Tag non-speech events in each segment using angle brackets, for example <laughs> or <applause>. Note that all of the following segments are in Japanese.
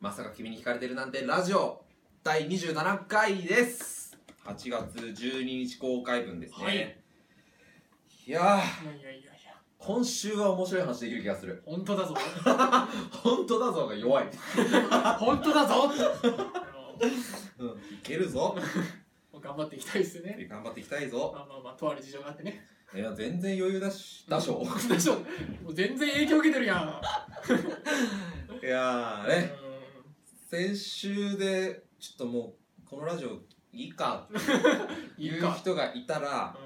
まさか君に惹かれてるなんてラジオ第27回です8月12日公開分ですね、はいい、やーいやいやいやいや今週は面白い話できる気がする本当だぞ <laughs> 本当だぞが弱い、本当だぞあのいけるぞもう頑張っていきたいですね頑張っていきたいぞまあまあまあとある事情があってねいや全然余裕だしだしょ、 <laughs> でしょもう全然影響受けてるやんいやーうねん先週でちょっともうこのラジオいいかっていいいうか人がいたら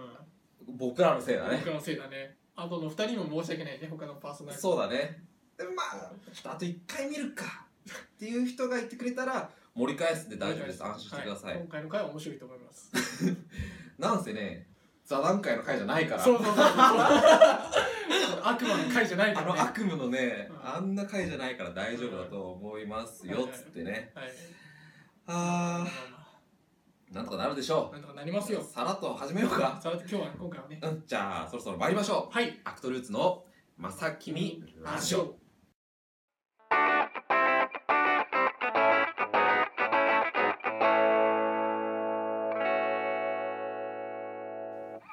う僕らのせいだんね僕のせいだねあとの二人にも申し訳ないね他のパーソナリティそうだねでまあちょっとあと1回見るかっていう人が言ってくれたら盛り返すんで大丈夫です安心してください、は今回の回は面白いと思いますなんせね座談会の会じゃないからそうそうそうそう悪魔の回じゃないかあら、ね、の悪夢のね、うんあんな会じゃないから大丈夫だと思いますよ、つってね。はいまああまー、なんとかなるでしあょなんとかなりますよう。さらっと始めようか。さらって今日は今回はねうん、じゃあ、そろそろ参りましょ。はいうアクトルーツの、まさきみラジオ。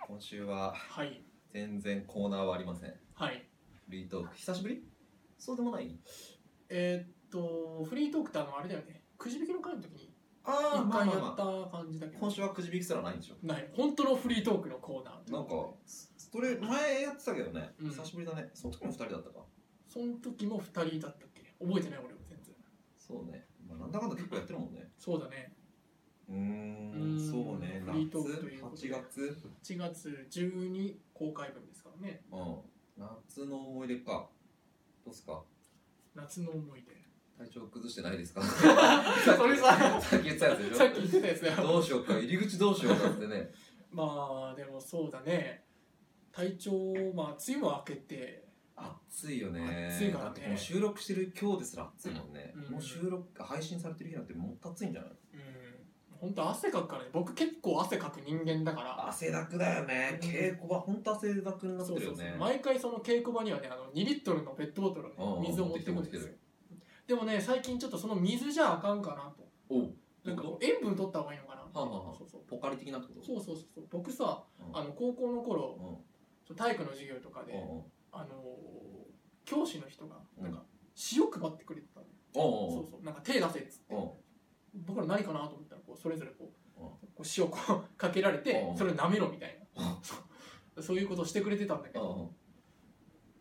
今週は、はい全然コーナーはありません。はいフリートーク、久しぶりそうでもないえーっとフリートークってあのあれだよねくじ引きの回の時にあ一回やった感じだけど、今週はくじ引きすらないんでしょない本当のフリートークのコーナーなんか、それ、前やってたけどね、うん久しぶりだね。その時も二人だったか。その時も二人だったっけ覚えてない俺も全然そうね。まあ、なんだかんだ結構やってるもんね。そうだねうーんうーんそうね、フリー夏、トークということ8で月、 1月12公開分ですからねうん、夏の思い出か。どうっすか夏の思い出体調崩してないですか <laughs> それささっき言ってたやつでしさっょき言ってたやつだよどうしようか、入り口どうしようかってね。まあでもそうだね体調まあ梅雨は明けて暑いよね。暑いからねだってこの収録してる今日ですら暑いもんね。うんもう収録、配信されてる日なんてもっと暑いんじゃないうん本当汗かくからね僕結構汗かく人間だから汗だくだよね。うん稽古場、ほんと汗だくになってそうるそようそうね。毎回その稽古場にはねあの2リットルのペットボトルうんうの、んね、水を持ってくるん持でっすてよでもね最近ちょっとその水じゃあかんかなとおうなんかこう塩分取った方がいいのかなはあはあはあそうそうポカリ的なってことそうそうそうそう僕さうんあの高校の頃うんちょ体育の授業とかで、うんうんあのー教師の人がうんなんか塩配ってくれてたの、うんそうそうなんか手出せっつって、うん僕ら何かなと思ったらこうそれぞれこう,、うんこう塩こうかけられて、うんそれを舐めろみたいな、うんそうそういうことをしてくれてたんだけど、うんうん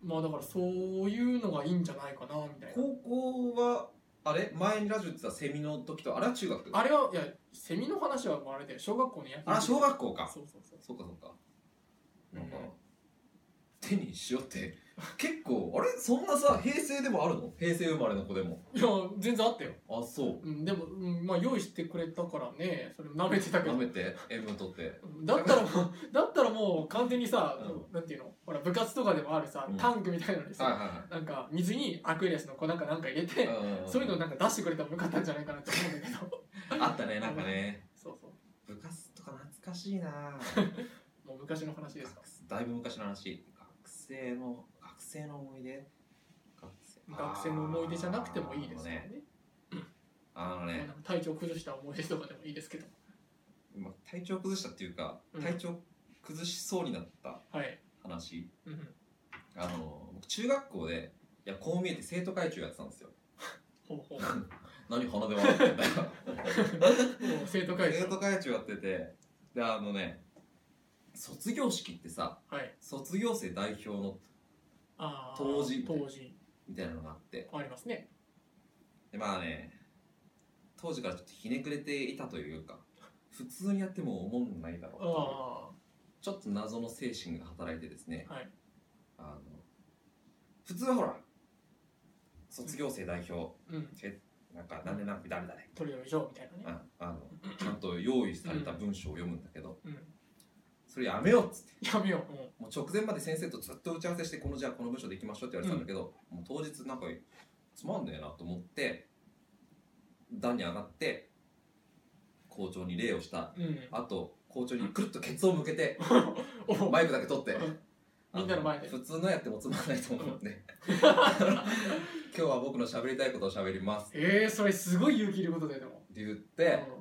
まあだからそういうのがいいんじゃないかなみたいな高校はあれ前にラジオってたセミの時とあれは中学あれはいやセミの話はもうあれだよ小学校の野球あ小学校かそうそうそうそうかそうかなんか、うん手にしようって結構あれそんなさ平成でもあるの平成生まれの子でもいや全然あったよ、あそううん、でも、うん、まあ用意してくれたからねそれ舐めてたけ舐どめて塩分取ってうんだったらもうだったらもう完全にさ、うなんていうのほら部活とかでもあるさ、うんタンクみたいなのにさ、はいはなんか水にアクエリアスの粉かなんか入れいて、はいんそういうのなんか出してくれたらよかったんじゃないかなって思うんだけどあったねなんかねそうそ部活とか懐かしいなうもう昔の話ですか学生だいぶ昔の話学生の学生の思い出学生学生の思い出じゃなくてもいいですからねねあのまあねなんか体調崩した思い出とかでもいいですけどまあ、体調崩したっていうか、うん体調崩しそうになったはい、話うんうん、あの僕中学校でいやこう見えて生徒会長やってたんですよほうほ <laughs> う何鼻で笑ってんだよもう <laughs> 生徒会長生徒会長やっててであのね卒業式ってさはい卒業生代表のあー当時当時みたいなのがあってありますねでまあね当時からちょっとひねくれていたというか普通にやっても思んないだろうとあちょっと謎の精神が働いてですねあはいあの普通はほら卒業生代表うんなんか何年何日誰誰トリオ以上みたいなねああのちゃんと用意された文章を読むんだけど、うんそれやめようっつってやめよう、うんもう直前まで先生とずっと打ち合わせしてこのじゃあこの文章でいきましょうって言われてたんだけど、もう当日なんかつまんねえなと思って段に上がって校長に礼をしたうん、あと校長にくるっとケツを向けておマイクだけ取ってうんみんなの前で普通のやってもつまんないと思 <laughs> うんで今日は僕の喋りたいことを喋りますえー、それすごい勇気いることだよでも、って言って、う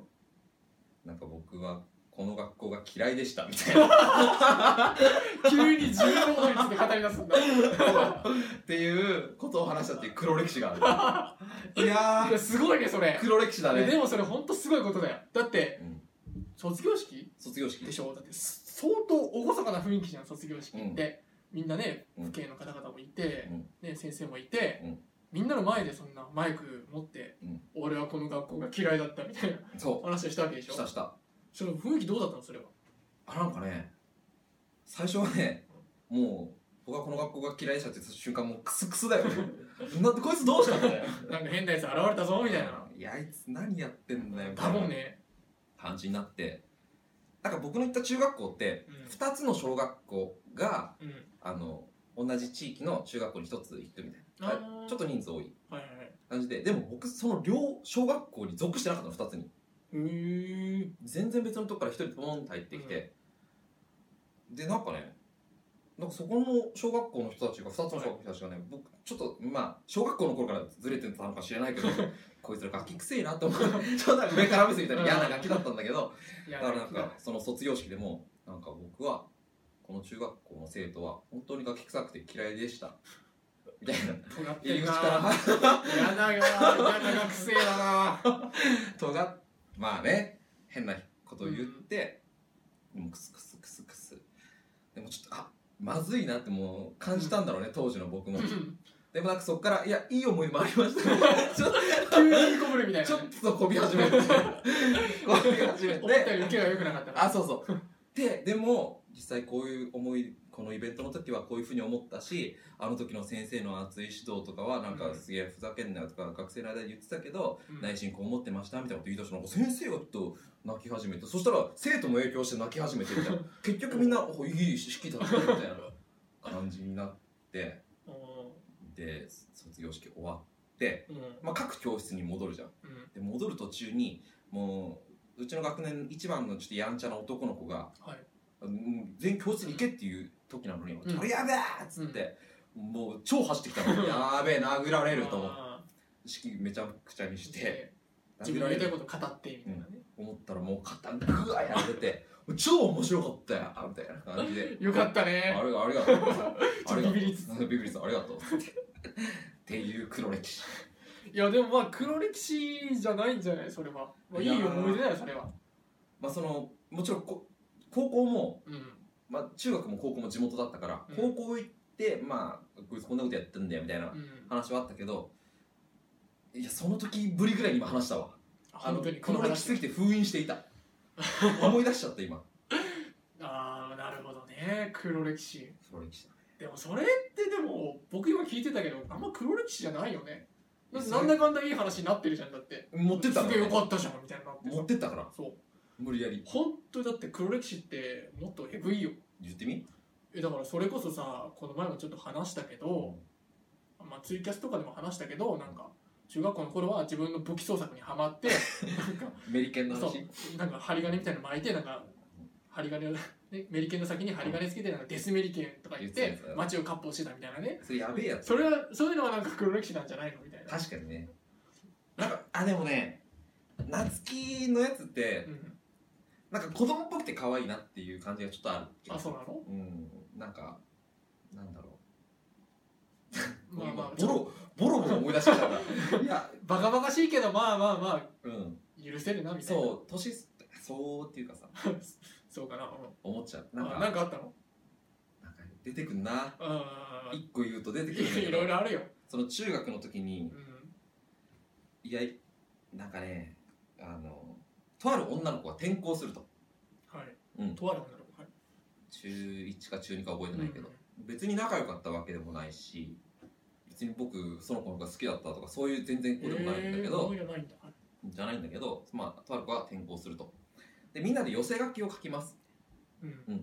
んなんか僕はこの学校が嫌いでしたみたいな急に重要なことについて語り出 <laughs> すんだっていうことを話したっていう黒歴史があ <laughs> るいやいやすごいねそれー黒歴史だでね、もそれほんとすごいことだよだってうん、卒業式卒業式でしょだって相当厳かな雰囲気じゃん卒業式って、みんなねうん父兄の方々もいてう、んね、先生もいて、うんみんなの前でそんなマイク持って、うん俺はこの学校が嫌いだったみたいなそ話をしたわけでしうょしたしたその雰囲気どうだったのそれはあなんかね最初はねもう僕はこの学校が嫌いでしたって言った瞬間もうクスクスだよね <laughs> なんでこいつどうしたんだよなんか変なやつ現れたぞみたいないやあいつ何やってんだよみただいもなんね、感じになってなんか僕の行った中学校ってう2つの小学校がんうんあの同じ地域の中学校に1つ行くみたいなあはいーちょっと人数多いはいはいはい感じででも僕その両小学校に属してなかったの2つにうーん全然別のとこから1人ポンって入ってきて、でなんかねなんかそこの小学校の人たちが2つの小学校の人たちがね、僕ちょっとまあ小学校の頃からずれてたのか知らないけどこいつら楽器くせえなと思ってちょっとなんか上から目線みたいな嫌な楽器だったんだけどいだやからなんなかその卒業式でもなんか僕はこの中学校の生徒は本当に楽器臭くて嫌いでしたみたいな尖って入りる口なから嫌な嫌な学生だなとがまあね変なことを言って、もうクスクスクスクスでもちょっとあまずいなってもう感じたんだろうね、当時の僕もでもなんかそっからいやいい思いもありました <laughs> ちょっ <laughs> 急に言いこぶるみたいとなちょねっとこび始めて <laughs> こび始め思ったよてり受けが良くなかったからあそうそうででも実際こういう思いこのイベントの時はこういうふうに思ったしあの時の先生の熱い指導とかはなんうかんすげえふざけんなよとか学生の間で言ってたけど、うん内心こう思ってましたみたいなこと言い出してなんか先生がちょっと泣き始めてそしたら生徒も影響して泣き始めてみ <laughs> たいな結局みんなおいい式だったみたいな感じになってうんで卒業式終わって、うんまあ、各教室に戻るじゃんうんで戻る途中にもううちの学年一番のちょっとやんちゃな男の子がはいうん全員教室に行けっていう時なのに「うん俺やべえ!」っつって、もう超走ってきた <laughs> のやべえ殴られると思ってあ式めちゃくちゃにーして自分のやりたいこと語ってみたいなね思ったらもう肩グワーやられて超面白かったよみたいな感じでよかったあねれがありがとうちょっとビビりつつあがとうビビりつつありがとうっていう黒歴史いやでもまあ黒歴史じゃないんじゃないそれはまあいい思い出だよそれはまあそのもちろんこ高校も、うんまあ、中学も高校も地元だったから、う高ん校行ってまあこいつこんなことやってんだよみたいなうん話はあったけどいやその時ぶりぐらいに今話したわあの本当にこの黒歴史すぎて話封印していた思い出しちゃった今ああなるほどね黒歴史黒歴史でもそれってでも僕今聞いてたけどあんま黒歴史じゃないよねだってそなれんだかんだいい話になってるじゃんだって持ってったすのげえよかったじゃんみたいになって持さってったからそう無理やり本当にだって黒歴史ってもっとえぐいよ言ってみえだからそれこそさこの前もちょっと話したけど、まあ、ツイキャスとかでも話したけどなんか中学校の頃は自分の武器創作にはまってなんかメリケンの話そうなんか針金みたいなの巻いてなんか針金を、ね、メリケンの先に針金つけてなんかデスメリケンとか言っ言っててたやつ街を割烹してたみたいなねそれやべえやつそれはそういうのはなんか黒歴史なんじゃないのみたいな、確かにねなんかあでもね夏希のやつってうん、なんか子供っぽくて可愛いなっていう感じがちょっとある気があすそうるなのうんなんかなんだろうまあまあちボょっとロボロボロ思い出してきたからいやバカバカしいけどまあまあまあうん許せるなみたいなそう年そうっていうかさ <laughs> そうかな,、う、思っちゃうんなんあかなんかあったのなんか出てくんなあ一個言うと出てくるんだーいけろいどろあるよ、その中学の時にうん、いやなんかねあのとある女の子が転校するとはい、うんとある女の子はい中1か中2か覚えてないけど、うん別に仲良かったわけでもないし別に僕その子の方が好きだったとかそういう全然子でもないんだけえーど思い、出ないんだはいじゃないんだけどまあとある子が転校するとでみんなで寄せ書きを書きますうん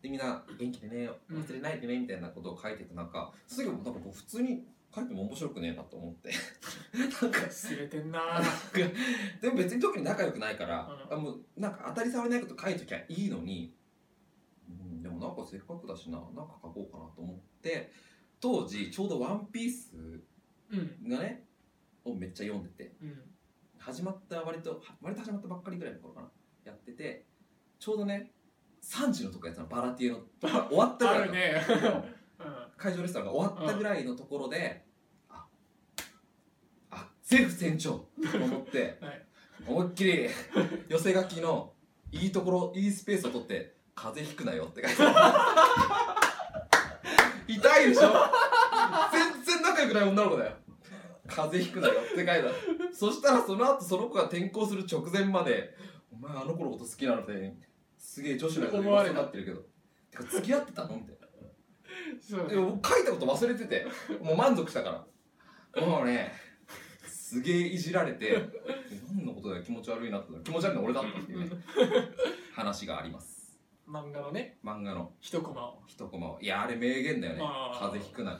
でみんな元気でねうん忘れないでねみたいなことを書いていく中その時もなんか僕普通に書いても面白くねえなと思って <laughs> なんか忘れてんなでも別に特に仲良くないから、うんあもうなんか当たり障りないこと書いときゃいいのに、うんうんでもなんかせっかくだしななんか書こうかなと思って当時ちょうど「ワンピースうんがねをめっちゃ読んでてうん始まった割とは割と始まったばっかりぐらいの頃かなやっててちょうどね3時のとこやってたのバラティエの終わったぐ <laughs> らあいるの、 <laughs> ねうん会場レストランが終わったぐらいのところで、ああゼフ船長と思って、 <laughs> はい思いっき <laughs> り寄せ書きのいいところいいスペースを取って「風邪ひくなよ」って書いてあ <laughs> る痛いでしょ全然仲良くない女の子だよ風邪ひくなよって書いてあるそしたらその後その子が転校する直前まで「お前あの頃のこと好きなのですげえ女子のやつ思われたなってるけどてか付き合ってたの?」みたいなそうでも僕書いたこと忘れててもう満足したからもうねすげえいじられて何のことだよ気持ち悪いなって気持ち悪いの俺だったっていうね話があります漫画のね漫画の一コマを一コマをいやあれ名言だよねあー風邪ひくな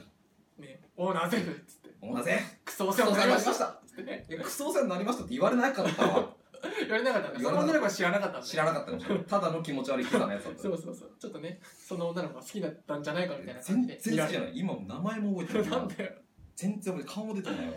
ねオーナーゼフっつっておなぜクソおク世ソお話に世な話になりまりしたましたいやクソお世話になりましたって言われなかったわ言われなかったんだ言そわれのなかった女の子は知らなかったんだ知らなかったかもしれないただの気持ち悪いキザなやつだったそうそうそうちょっとねその女の子が好きだったんじゃないかみたいな感全じで然好きじゃない今も名前も覚えて <laughs> なないんだよ全然覚えて顔も出てないわ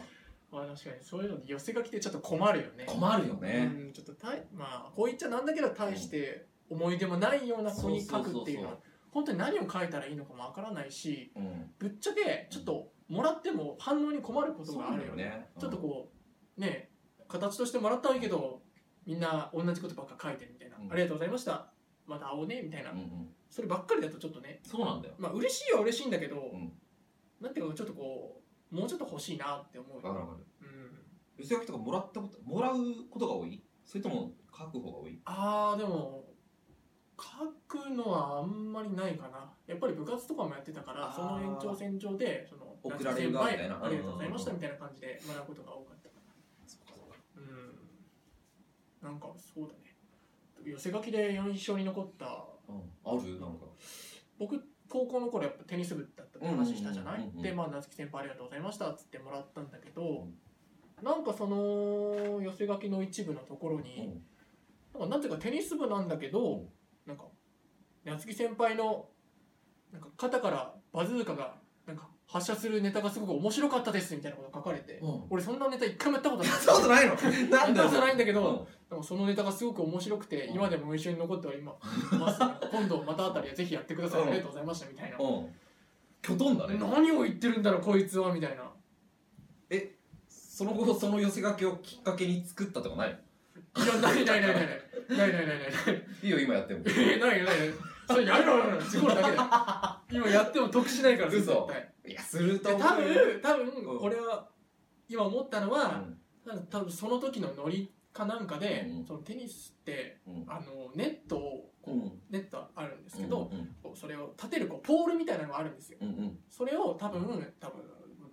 まあ確かにそういうのに寄せ書きってちょっと困るよね困るよねうんちょっとたいまあこう言っちゃなんだけど大して思い出もないような子に書くっていうのはそう本当に何を書いたらいいのかもわからないしうんぶっちゃけちょっともらっても反応に困ることがあるよねうんちょっとこうね形としてもらったはいいけどみんな同じことばっか書いてるみたいな、うんありがとうございましたまた会おうねみたいな、うんうんそればっかりだとちょっとねそうなんだよまあ嬉しいは嬉しいんだけど、うんなんていうかちょっとこうもうちょっと欲しいなって思うわかるよ、わかるうん、寄せ書きとかもらったこともらうことが多いそれとも書く方が多いあーでも書くのはあんまりないかなやっぱり部活とかもやってたからあーその延長線上でその送られる側みたいな夏先輩ありがとうございましたうんみたいな感じで学ぶことが多かったかなうんなんかそうだね寄せ書きで印象に残ったうん、あるなんか僕高校の頃やっぱテニス部だったって話したじゃうなんうんいうんうんでまあ夏樹先輩ありがとうございましたっつってもらったんだけどうんなんかその寄せ書きの一部のところに、うんなんかなぜかテニス部なんだけうど、んなんか夏木先輩のなんか肩からバズーカがなんか発射するネタがすごく面白かったですみたいなこと書かれて、うん俺そんなネタ一回もやったことな <laughs> いやったことないのなんだやよったことないんだけどうんでもそのネタがすごく面白くて、うん今でも一緒に残っておりま <laughs> ます今度またあたりはぜひやってください、うんありがとうございましたみたいな、うんきょとんだね何を言ってるんだろうこいつはみたいなその後その寄せ書きをきっかけに作ったとかないいやないないないないないないないないないいいよ今やってもえないよないよそれやめろやめろ事故る <laughs> だけだよ今やっても得しないから嘘絶 <laughs> 対いやするとで多思うよ分多うん分俺は今思ったのは、多分その時のノリかなんかで、うんそのテニスってうんうんあのネットをこう、うんネットあるんですけど、うんこうそれを立てるこうポールみたいなのがあるんですようんうんそれを多分多分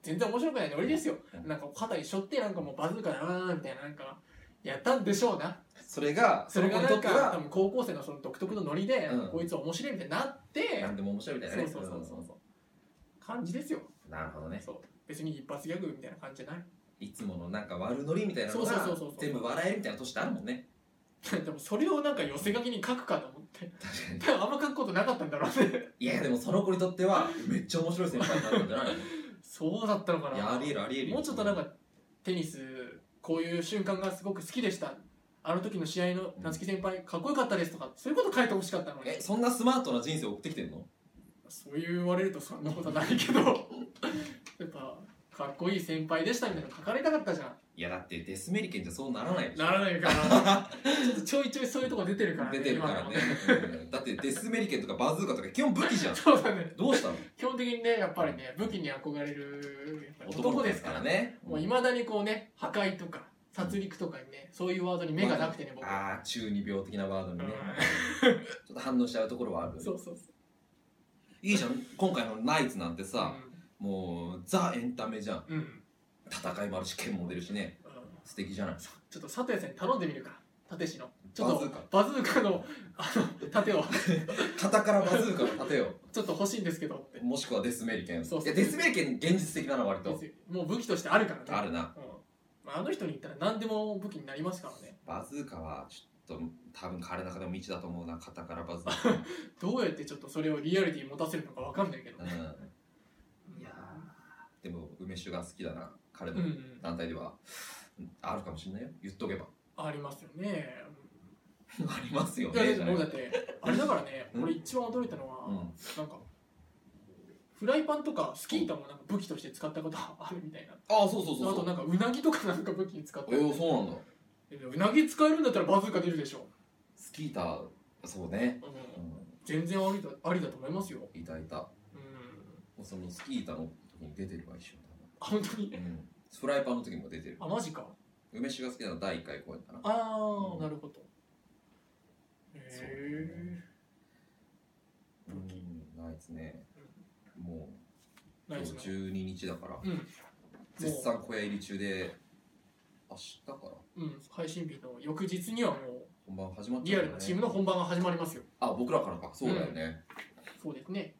全然面白くないノリですよ、うんなんか肩にしょってなんかもうバズーカだなーみたいななんかやったんでしょうなそれがそれがその子なんにとかって多は分高校生のその独特のノリで、うんこいつ面白いみたいになってなんでも面白いみたいなそうねそうそうそううんそう感じですよ、なるほどねそう別に一発ギャグみたいな感じじゃないいつものなんか悪ノリみたいなのそうがそうそうそう全部笑えるみたいな年ってあるもんね <laughs> でもそれをなんか寄せ書きに書くかと思って確かに多分あんま書くことなかったんだろうね <laughs> いやでもその子にとってはめっちゃ面白い先輩になるんじゃないのそうだったのかいやなありえるありえるもうちょっとなんかテニスこういう瞬間がすごく好きでしたあの時の試合の夏希先輩かっこよかったですとかそういうこと書いてほしかったのにえそんなスマートな人生を送ってきてんのそう言われるとそんなことないけど <laughs> やっぱかっこいい先輩でしたみたいなの書かれたかったじゃんいやだってデスメリケンじゃそうならないでしょならないか <laughs> ら。ちょっとちょいちょいそういうとこ出てるからね。出てるから今ねでも。うんだってデスメリケンとかバズーカとか基本武器じゃんそうだね。どうしたの基本的にね、やっぱりね、武器に憧れるやっぱ男ですからね。ねもういまだにこうね、破壊とか、殺戮とかにね、そういうワードに目がなくてね、僕。ああ中二病的なワードにねうんちょっと反応しちゃうところはあるそうそうそいいじゃん今回のナイツなんてう。さもうザ・エンタメじゃんうん。うん。戦いもあるし剣も出るしねうん素敵じゃないさちょっと佐藤さんに頼んでみるか。立石の。ちょっバズーとカバズーカの、あの、盾を、肩からバズーカの盾をちょっと欲しいんですけどって。もしくはデスメリケンそうそういやデスメリケン現実的なの割ともう武器としてあるからね。あるなうんまああの人に言ったら何でも武器になりますからね。バズーカはちょっょっと多分彼の中でも未知だと思うな肩からバズる、 <laughs> どうやってちょっとそれをリアリティ持たせるのかわかんないけどうね。ん、いやでも梅酒が好きだな彼うのんうん、団体では、うんあるかもしれないよ言っとけばありますよね。ありますよいやねでじゃもなだいってあれだからね、うん俺一番驚いたのは、うんなんかフライパンとかスキー板もなんか武器として使ったことあるみたいな。ああそうそうそあうそとうなんかうなぎとかなんか武器に使ったえみたいー、な。そうなんだでうなぎ使えるんだったらバズーカ出るでしょ。スキーターそうね、うんうん、全然ありだありだと思いますよ。いたいたうん。そのスキー板の時に出てるわ一緒あ本当に。だ、うん、フライパンの時も出てるあマジか。梅酒が好きなの第1回公演かなああ、うんなるほど。へう武器んないですねもうえ。ナ今イ日スな。 12日だからうん。も絶賛小屋入り中で明日からう、うん、配信日の翌日にはも本番始まうっちリゃアうルかならチームの本番が始まりますよ。あ僕らからかそうだよね、そうですね。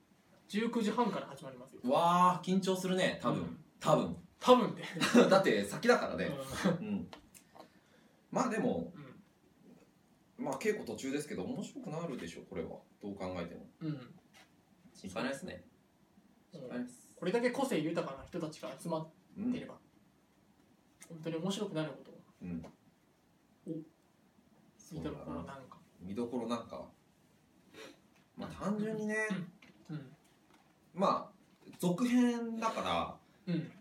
19時半から始まりますよ。わあ緊張するね多分、うん多分 <laughs> 多分で。だって先だからうね、んうん、まあでもうんまあ稽古途中ですけど面白くなるでしょこれはどう考えてもうん心配ないですねうん心配ないです、これだけ個性豊かな人たちが集まっうていれんば、本当に面白くなることをうん、見たところなんか。見どころなんかまあ単純にね、うん。まあ続編だからうん。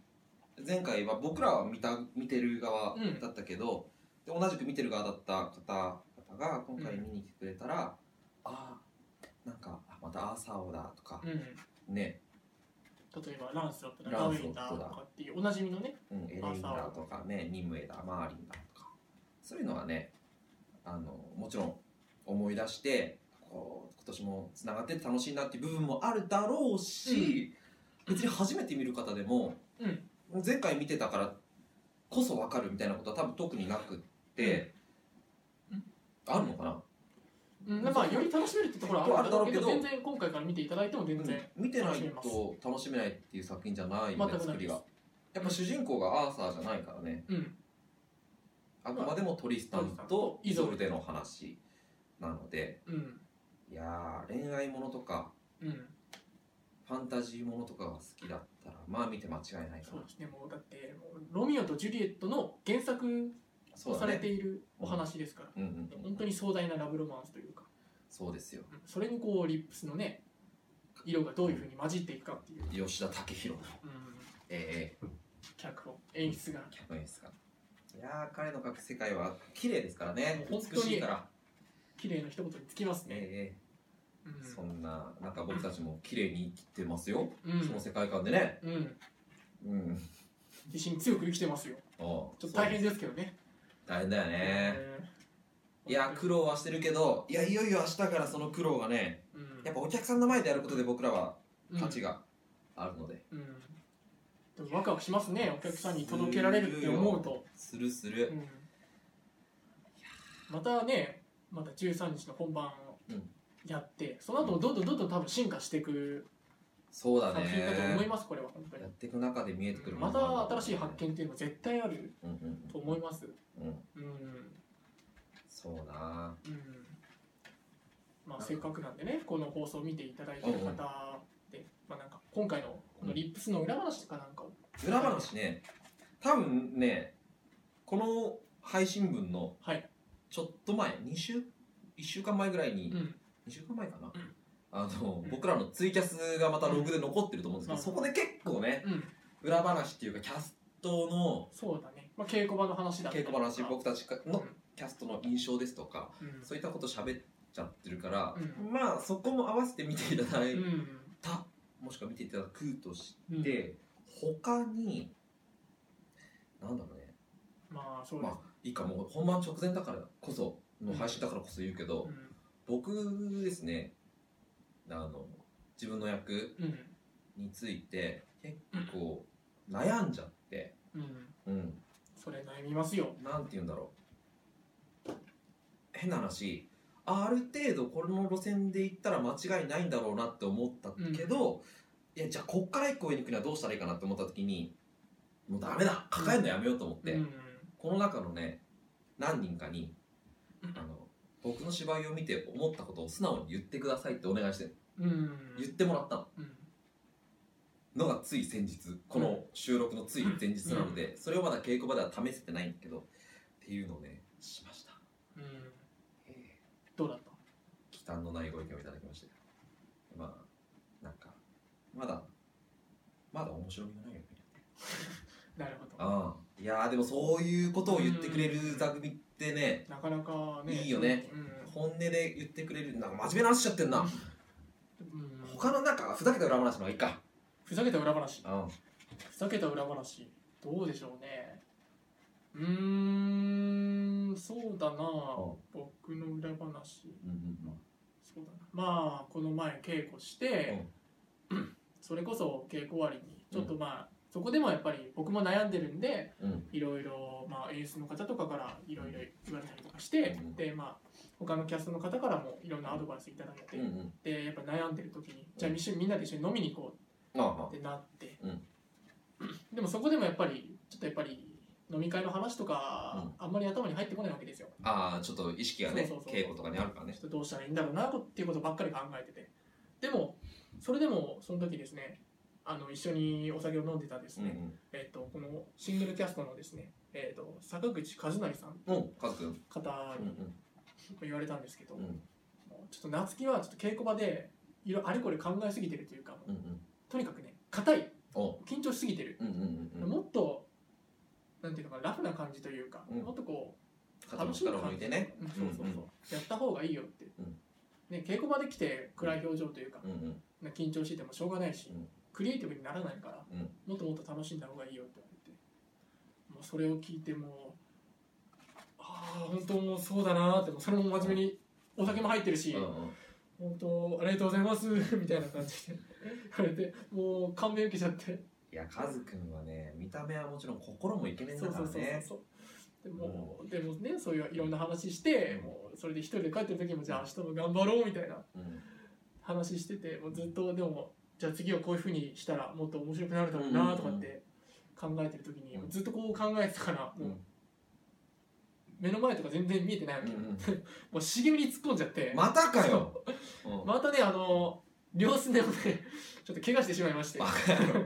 前回は僕らは見た見てる側うんだったけど、で同じく見てる側だった方々が今回見に来てくれたら、ああなんかあまたアーサー王だとかう、ん。ね、例えば、ランスだったらラダンウスィだンったらだとかっていう、おなじみのね。うん、エレインアーサー王だとかねニムエだマーリンだとかそういうのはねあのもちろん思い出してこう今年もつながってて楽しいなっていう部分もあるだろうし、別に初めて見る方でも、うん前回見てたからこそ分かるみたいなことは多分特になくって、うんあるのかなうん、まあ、より楽しめるってところはあるんだろうけあるど、だろう全けど然今回から見ていただいても全然。見てない楽しめますと楽しめないっていう作品じゃないよね全くないです作りがやっぱ主人公がアーサーじゃないからね、うんあくまでもトリスタンとイゾルでの話なのでうん。いやー恋愛ものとかうん。ファンタジーものとかが好きだったらまあ見て間違いないかそなうですね、もうだって、もうロミオとジュリエットの原作そをうだされてねいるお話ですから、うんうんう本当んに壮大なラブロマンスというか、そうですようんそれにこう、リップスのね、色がどういうふうに混じっていくかっていう、うん、吉田武宏のええ脚本、演出が。脚本ですかいやー彼の描く世界は綺麗ですからねもう本当に美しいから綺麗な一言につきますね。えうえそん。んななんか僕たちも綺麗に生きてますようんその世界観でね。うん。うん。自信強く生きてますよ。おうちょっと大変ですけどね。大変だよね。うんいや、苦労はしてるけど、いや、いよいよ明日からその苦労がね、うんやっぱお客さんの前でやることで僕らはうん価値があるので。うん。でもワクワクしますね、お客さんに届けられるって思うと。するすうる。んまたね、また13日の本番をうんやって、その後もどんどんどんどん多分進化していくそうだ作品だと思いね。ます、これは本当にやっ。ていく中で見えてくるまものた新しい発見。見っていうのは絶対あるうんうんと思います。うん。うん。うん。そうな。うん。まあ、せっかくなんでね、この放送を見ていただいてる方で、まあなんか今回のこのリップスの裏話かなんかを、裏話ね、多分ね、この配信分のはい。ちょっと前、2週、1週間前ぐらいにう、ん。 2週間前かな、うんあの、うん僕らのツイキャスがまたログで残ってると思うんですけど、うんそこで結構ねうん。裏話っていうかキャストのそうだね。まあ、稽古場の話だった稽りと古か話僕たちかのうんキャストの印象ですとか、うん。そういったこと喋っちゃってるから、うまあそこも合わせて見ていただいうんた、もしくは見ていただくとしうんて、他になんだろうねまあそうですまあいいかもう本番直前だからこその配信だからこそ言うけど、僕ですねあの自分の役うんうんについて結構悩んじゃって、うんうん、それ悩みますよなんて言うんだろう変な話ある程度この路線で行ったら間違いないんだろうなって思ったけど、いやじゃあこっから一個上に行くにはどうしたらいいかなって思った時にもうダメだ抱えるのやめようと思って、うんこの中のね何人かにうんあの僕の芝居を見て思ったことを素直に言ってくださいってお願いしてうん言ってもらったうんのがつい先日この収録のつい前日なので、それをまだ稽古場では試せてないんだけどっていうのをねしましたうんどうだった忌憚のないご意見をいただきましてまあなんかまだまだ面白みがないよねなるほどああいやーでもそういうことを言ってくれる座組ってねなかなかねいいよねうん本音で言ってくれるなんか真面目な話しちゃってんなうん他のなんかふざけた裏話の方がいいかふざけた裏話うんふざけた裏話どうでしょうねうーんそうだな僕の裏話うんうんそうだなまあこの前稽古して、それこそ稽古終わりにちょっとまあ、そこでもやっぱり僕も悩んでるんでうんうんいろいろまあ演出の方とかからいろいろ言われたりとかして、うんでまあ他のキャストの方からもいろんなアドバイスいただいて、うんうんでやっぱ悩んでる時にじゃあ一緒にみんなで一緒に飲みに行こうああってなって、うんでもそこでもやっぱりちょっとやっぱり飲み会の話とか、あんまり頭に入ってこないわけですよああちょっと意識がねそうそうそう稽古とかにあるからちょねっとどうしたらいいんだろうなっていうことばっかり考えててでもそれでもその時ですねあの一緒にお酒を飲んでたでうすんうね、んえっとこのシングルキャストのですね、えっと坂口和成さんうんカズくん方うんに言われたんですけど、うんうんもうちょっと夏希はちょっと稽古場でいろあれこれ考えすぎてるというかもううんうんとにかくね硬いお緊張しすぎてるうんうんうんうんもっとなんていうのかラフな感じというか、うんもっとこう肩の力を抜いてね楽しい感じそうそうそう、やった方がいいよって、うんね、稽古場で来て暗い表情というかう、んうんな緊張しててもしょうがないし、うんクリエイティブにならないから、うんもっともっと楽しんだ方がいいよって言われてもうそれを聞いてもうああ本当もうそうだなーってもうそれも真面目にお酒も入ってるし、うんうん本当ありがとうございますみたいな感じで言われてもう感銘受けちゃっていやカズくんはね見た目はもちろん心もイケメンそだうかそうらそうねそうそうでも、でもねそういういろんな話して、うんもうそれで一人で帰ってる時もじゃあ明日も頑張ろうみたいなうん話しててもうずっとでもじゃあ次はこういうふうにしたらもっと面白くなるだろうなとかって考えてる時に、うんずっとこう考えてたから、うもうん目の前とか全然見えてないわけ、うんもうんう茂みに突っ込んじゃってままたかようんたねあの両すねをね <laughs> ちょっと怪我してしまいましてバ若カ野郎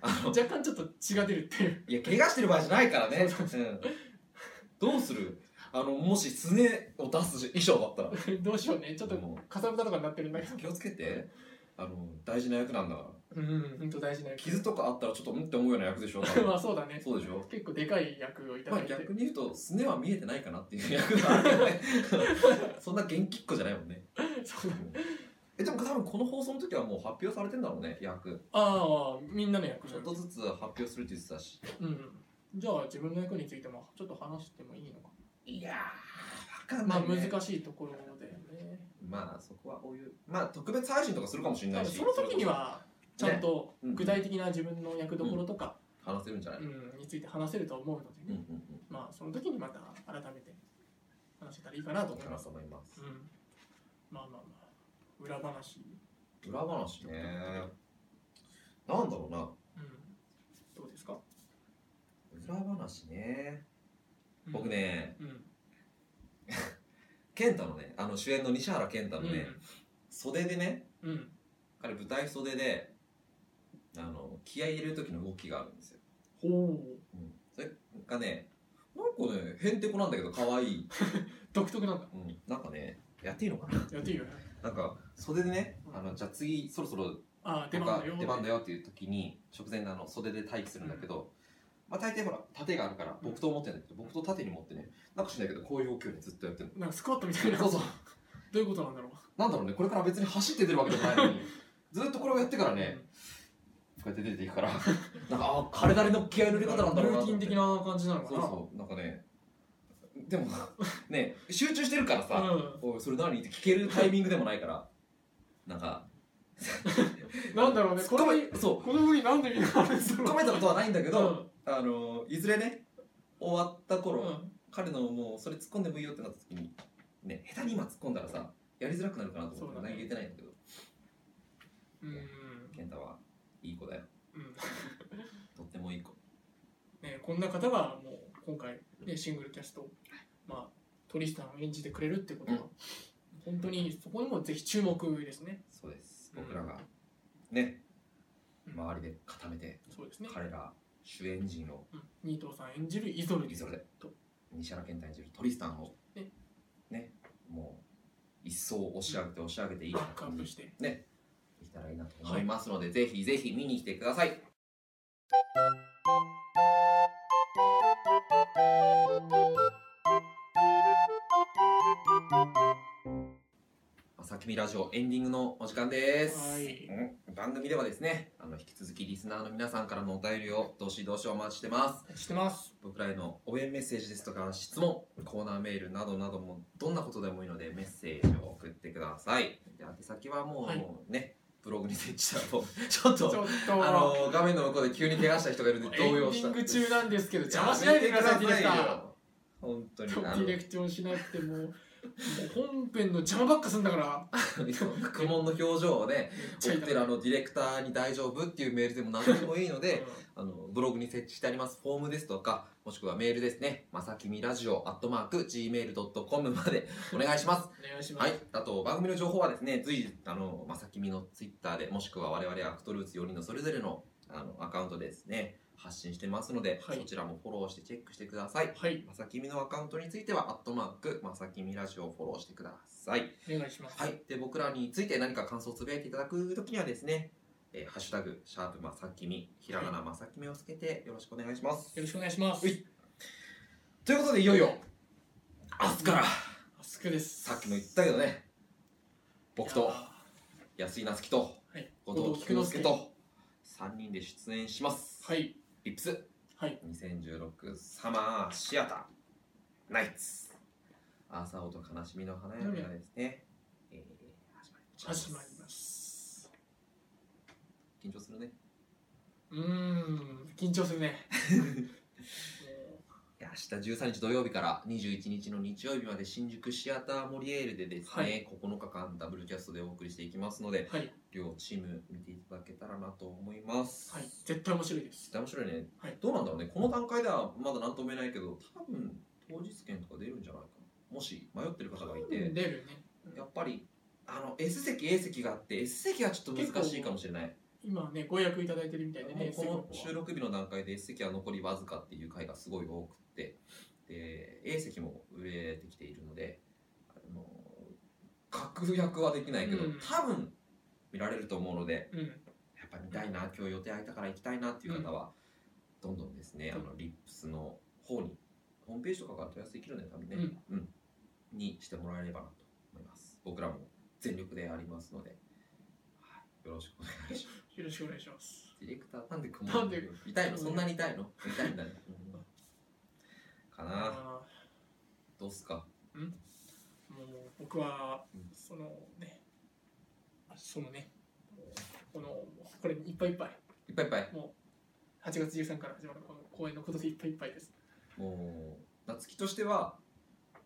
あの干ちょっと血が出るっていういや怪我してる場合じゃないからねそううんどうするあのもしすねを出す衣装だったらどうしようねちょっともかさぶたとかになってるんだけどう気をつけてあの大事な役なんだからうん本当大事な役傷とかあったらちょっとうんって思うような役でしょ <laughs> まあそうだねそうでしょ結構でかい役をいたまだあいて、逆に言うとすねは見えてないかなっていう役があるよ <laughs> ねそんな元気っ子じゃないもんねそう <laughs> えでも多分この放送の時はもう発表されてんだろうね役ああみんなの役ちょっとずつ発表するって言ってたしうんじゃあ自分の役についてもちょっと話してもいいのか、いやーわかんまなあい、ね、難しいところだよねまあそこはお湯まあ特別配信とかするかもしれ多ない分しその時にはちゃんとねうん具体的な自分の役どころとか、話せるんじゃなうい、んについて話せると思うのうんでうね、んうんまあその時にまた改めて話せたらいいかなと思いかなますと思いますうんまあまあまあ裏話裏話ねなんだろうなうんどうですか、裏話ねうん僕ねうん健太のねあの主演の西原健太のね、袖でねうんうん彼舞台袖であの気合い入れる時の動きがあるんですよ、ほううん、それがねなんかねへんてこなんだけど可愛い、独特なんだうん、なんかねやっていいのかなやっていいよねなんか袖でねうんあのじゃあ次そろそろああ出と番かだよ出番だよっていう時に直前であの袖で待機するんだけど、まあ大体ほら縦があるから僕と持ってるんだけど僕と縦に持ってねなんかしないけどこういう動きをねずっとやってるなんかスクワットみたいなそうそうどういうことなんだろうなんだろうねこれから別に走って出るわけじゃないのにずっとこれをやってからねこうやって出ていく <laughs> からなんかああ彼なりの気合いの入れ方なんだろうルなーと思ってティン的な感じなのかそうなそうなんかねでもね集中してるからさ、おいそれ何って聞けるタイミングでもないからなんかうん、なんだろうね突こっ込のめそうこの部になんでみんなあれす突るっ込のめたことはないんだけど、あのいずれね終わったうん頃、うん彼のもうそれ突っ込んでもいいよってなった時にね下手に今突っ込んだらさやりづらくなるかなと思ってそうだ何ね言えてないんだけどうん健太はいい子だようんとってもいい子ねこんな方がもう今回ねシングルキャストまあトリスタンを演じてくれるってことが、本当にそこにもぜひ注目ですね。そうです僕らがねうん周りで固めてそうですね、彼ら主演陣をうんニートさん演じるイゾルディそれでと西原健太演じるトリスタンをねねもう一層押し上げて押し上げていいバックア感ッじプにして、できたらいいなと思いますので、ぜひぜひ見に来てください。朝君ラジオエンディングのお時間です、はいうん番組ではですねあの引き続きリスナーの皆さんからのお便りをどしどしお待ちしてますしてます。僕らへの応援メッセージですとか質問コーナーメールなどなどもどんなことでもいいのでメッセージを送ってくださいで宛先はもう、はいねブログに設置したらもう <laughs> ちょっちょっととあの画面の向こうで急に怪我した人がいるんでエン動デ揺しィたング中なんですけど邪魔しないでくださいディレクターよ本当にデあィレクションしなくてももう本編の邪魔ばっかすんだからの苦悶の表情をね送ってるあのディレクターに大丈夫っていうメールでも何でもいいのであのブログに設置してありますフォームですとかもしくはメールですねまさきみラジオアットマーク Gmail.com までお願いしますお願いします、はい、あと番組の情報はですね随時あのまさきみのツイッターでもしくは我々アクトルーツ4人のそれぞれのあのアカウントでですね発信してますので、はいそちらもフォローしてチェックしてくださいはい、まさきみのアカウントについては「アットマークまさきみラジオ」をフォローしてくださいお願いします、はいで僕らについて何か感想をつぶやいていただくときにはですね「えーハッシュタグシャープまさきみ」ひらがなまさきみをつけてよろしくお願いしますよろしくお願いしますういということでいよいよ明日からあすくですさっきも言ったけどね僕いとやー安井夏樹とはい後藤菊之助と3人で出演します、はいリップスはい2016サマーシアターナイツ朝音と悲しみの花嫁がですね、えー始始ままりりまますす緊張するねうーん緊張す <laughs> るねもいや明日13日土曜日から21日の日曜日まで新宿シアターモリエールでですね、はい9日間ダブルキャストでお送りしていきますのでうはい両チーム見ていただけたらなと思います、はい絶対面白いです絶対面白いね、はいどうなんだろうねこの段階ではまだ何とも言えないけど多分当日券とか出るんじゃないかなもし迷ってる方がい出てるねやっぱりあの S 席 A 席があって S 席はちょっと難しいかもしれない今ねご予約いただいてるみたいでもねうこのすごく収録日の段階で S 席は残りわずかっていう回がすごい多くってで A 席も売れてきているのであの確約はできないけど、うん多分見られると思うのでうんやっぱ見たいな、今日予定空いたから行きたいなっていう方は、どんどんですね、あのリップスの方に、ホームページとかから問い合わせできるんで、多分ね、ううんんにしてもらえればなと思います。僕らも全力でやりますので、はいよろしくお願いします。よろしくお願いしますディレクター、なんで曇なんで痛いのそんなに痛いの痛いんだね。うんかなあどうっすかーもう僕はうんそのねそのねこのこれいっぱいいっぱいいっぱいいっぱい。 8月13から始まるこの公演のことでいっぱいいっぱいですもう、夏希としては、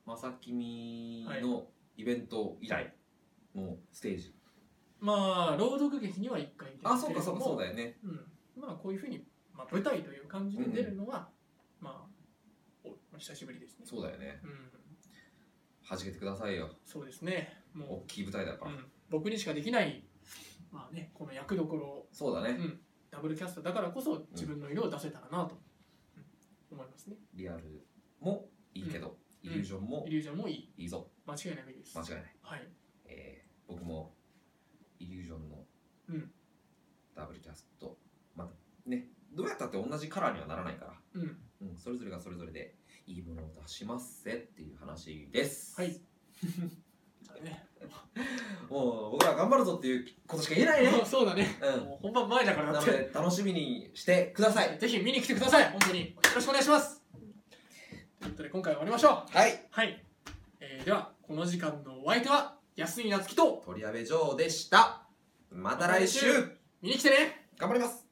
まさきみのイベント以来、もうステージ。まあ朗読劇には一回出あ、たそうけか、れそどうか、そうもだよね。うんまあこういうふうに、まあ、舞台という感じで出るのは、まあお久しぶりですねそうだよね。うん、弾けてくださいよ。そうですね大もきい舞台だかう、うら。ん、僕にしかできないまあねこの役どころをそうだね。ダブルキャストだからこそ自分の色を出せたらなと、うん思いますねリアルもいいけど、イうんリュージョンもイリュージョンもいいいいぞ。間違いなくいいです間違いない。はいえー僕もイリュージョンのうんダブルキャスト。まあね、どうやったって同じカラーにはならないから。うんうん、それぞれがそれぞれでいいものを出しますぜっていう話です。はい <laughs> だねもう僕ら頑張るぞっていうことしか言えないね。そうだねうもう本番前だかん。らだなっのてで楽しみにしてください。ぜひ見に来てください本当によろしくお願いしますということで今回は終わりましょうはい。はい、えーではこの時間のお相手は安井夏樹と鳥矢部城でした。また来週見に来てね頑張ります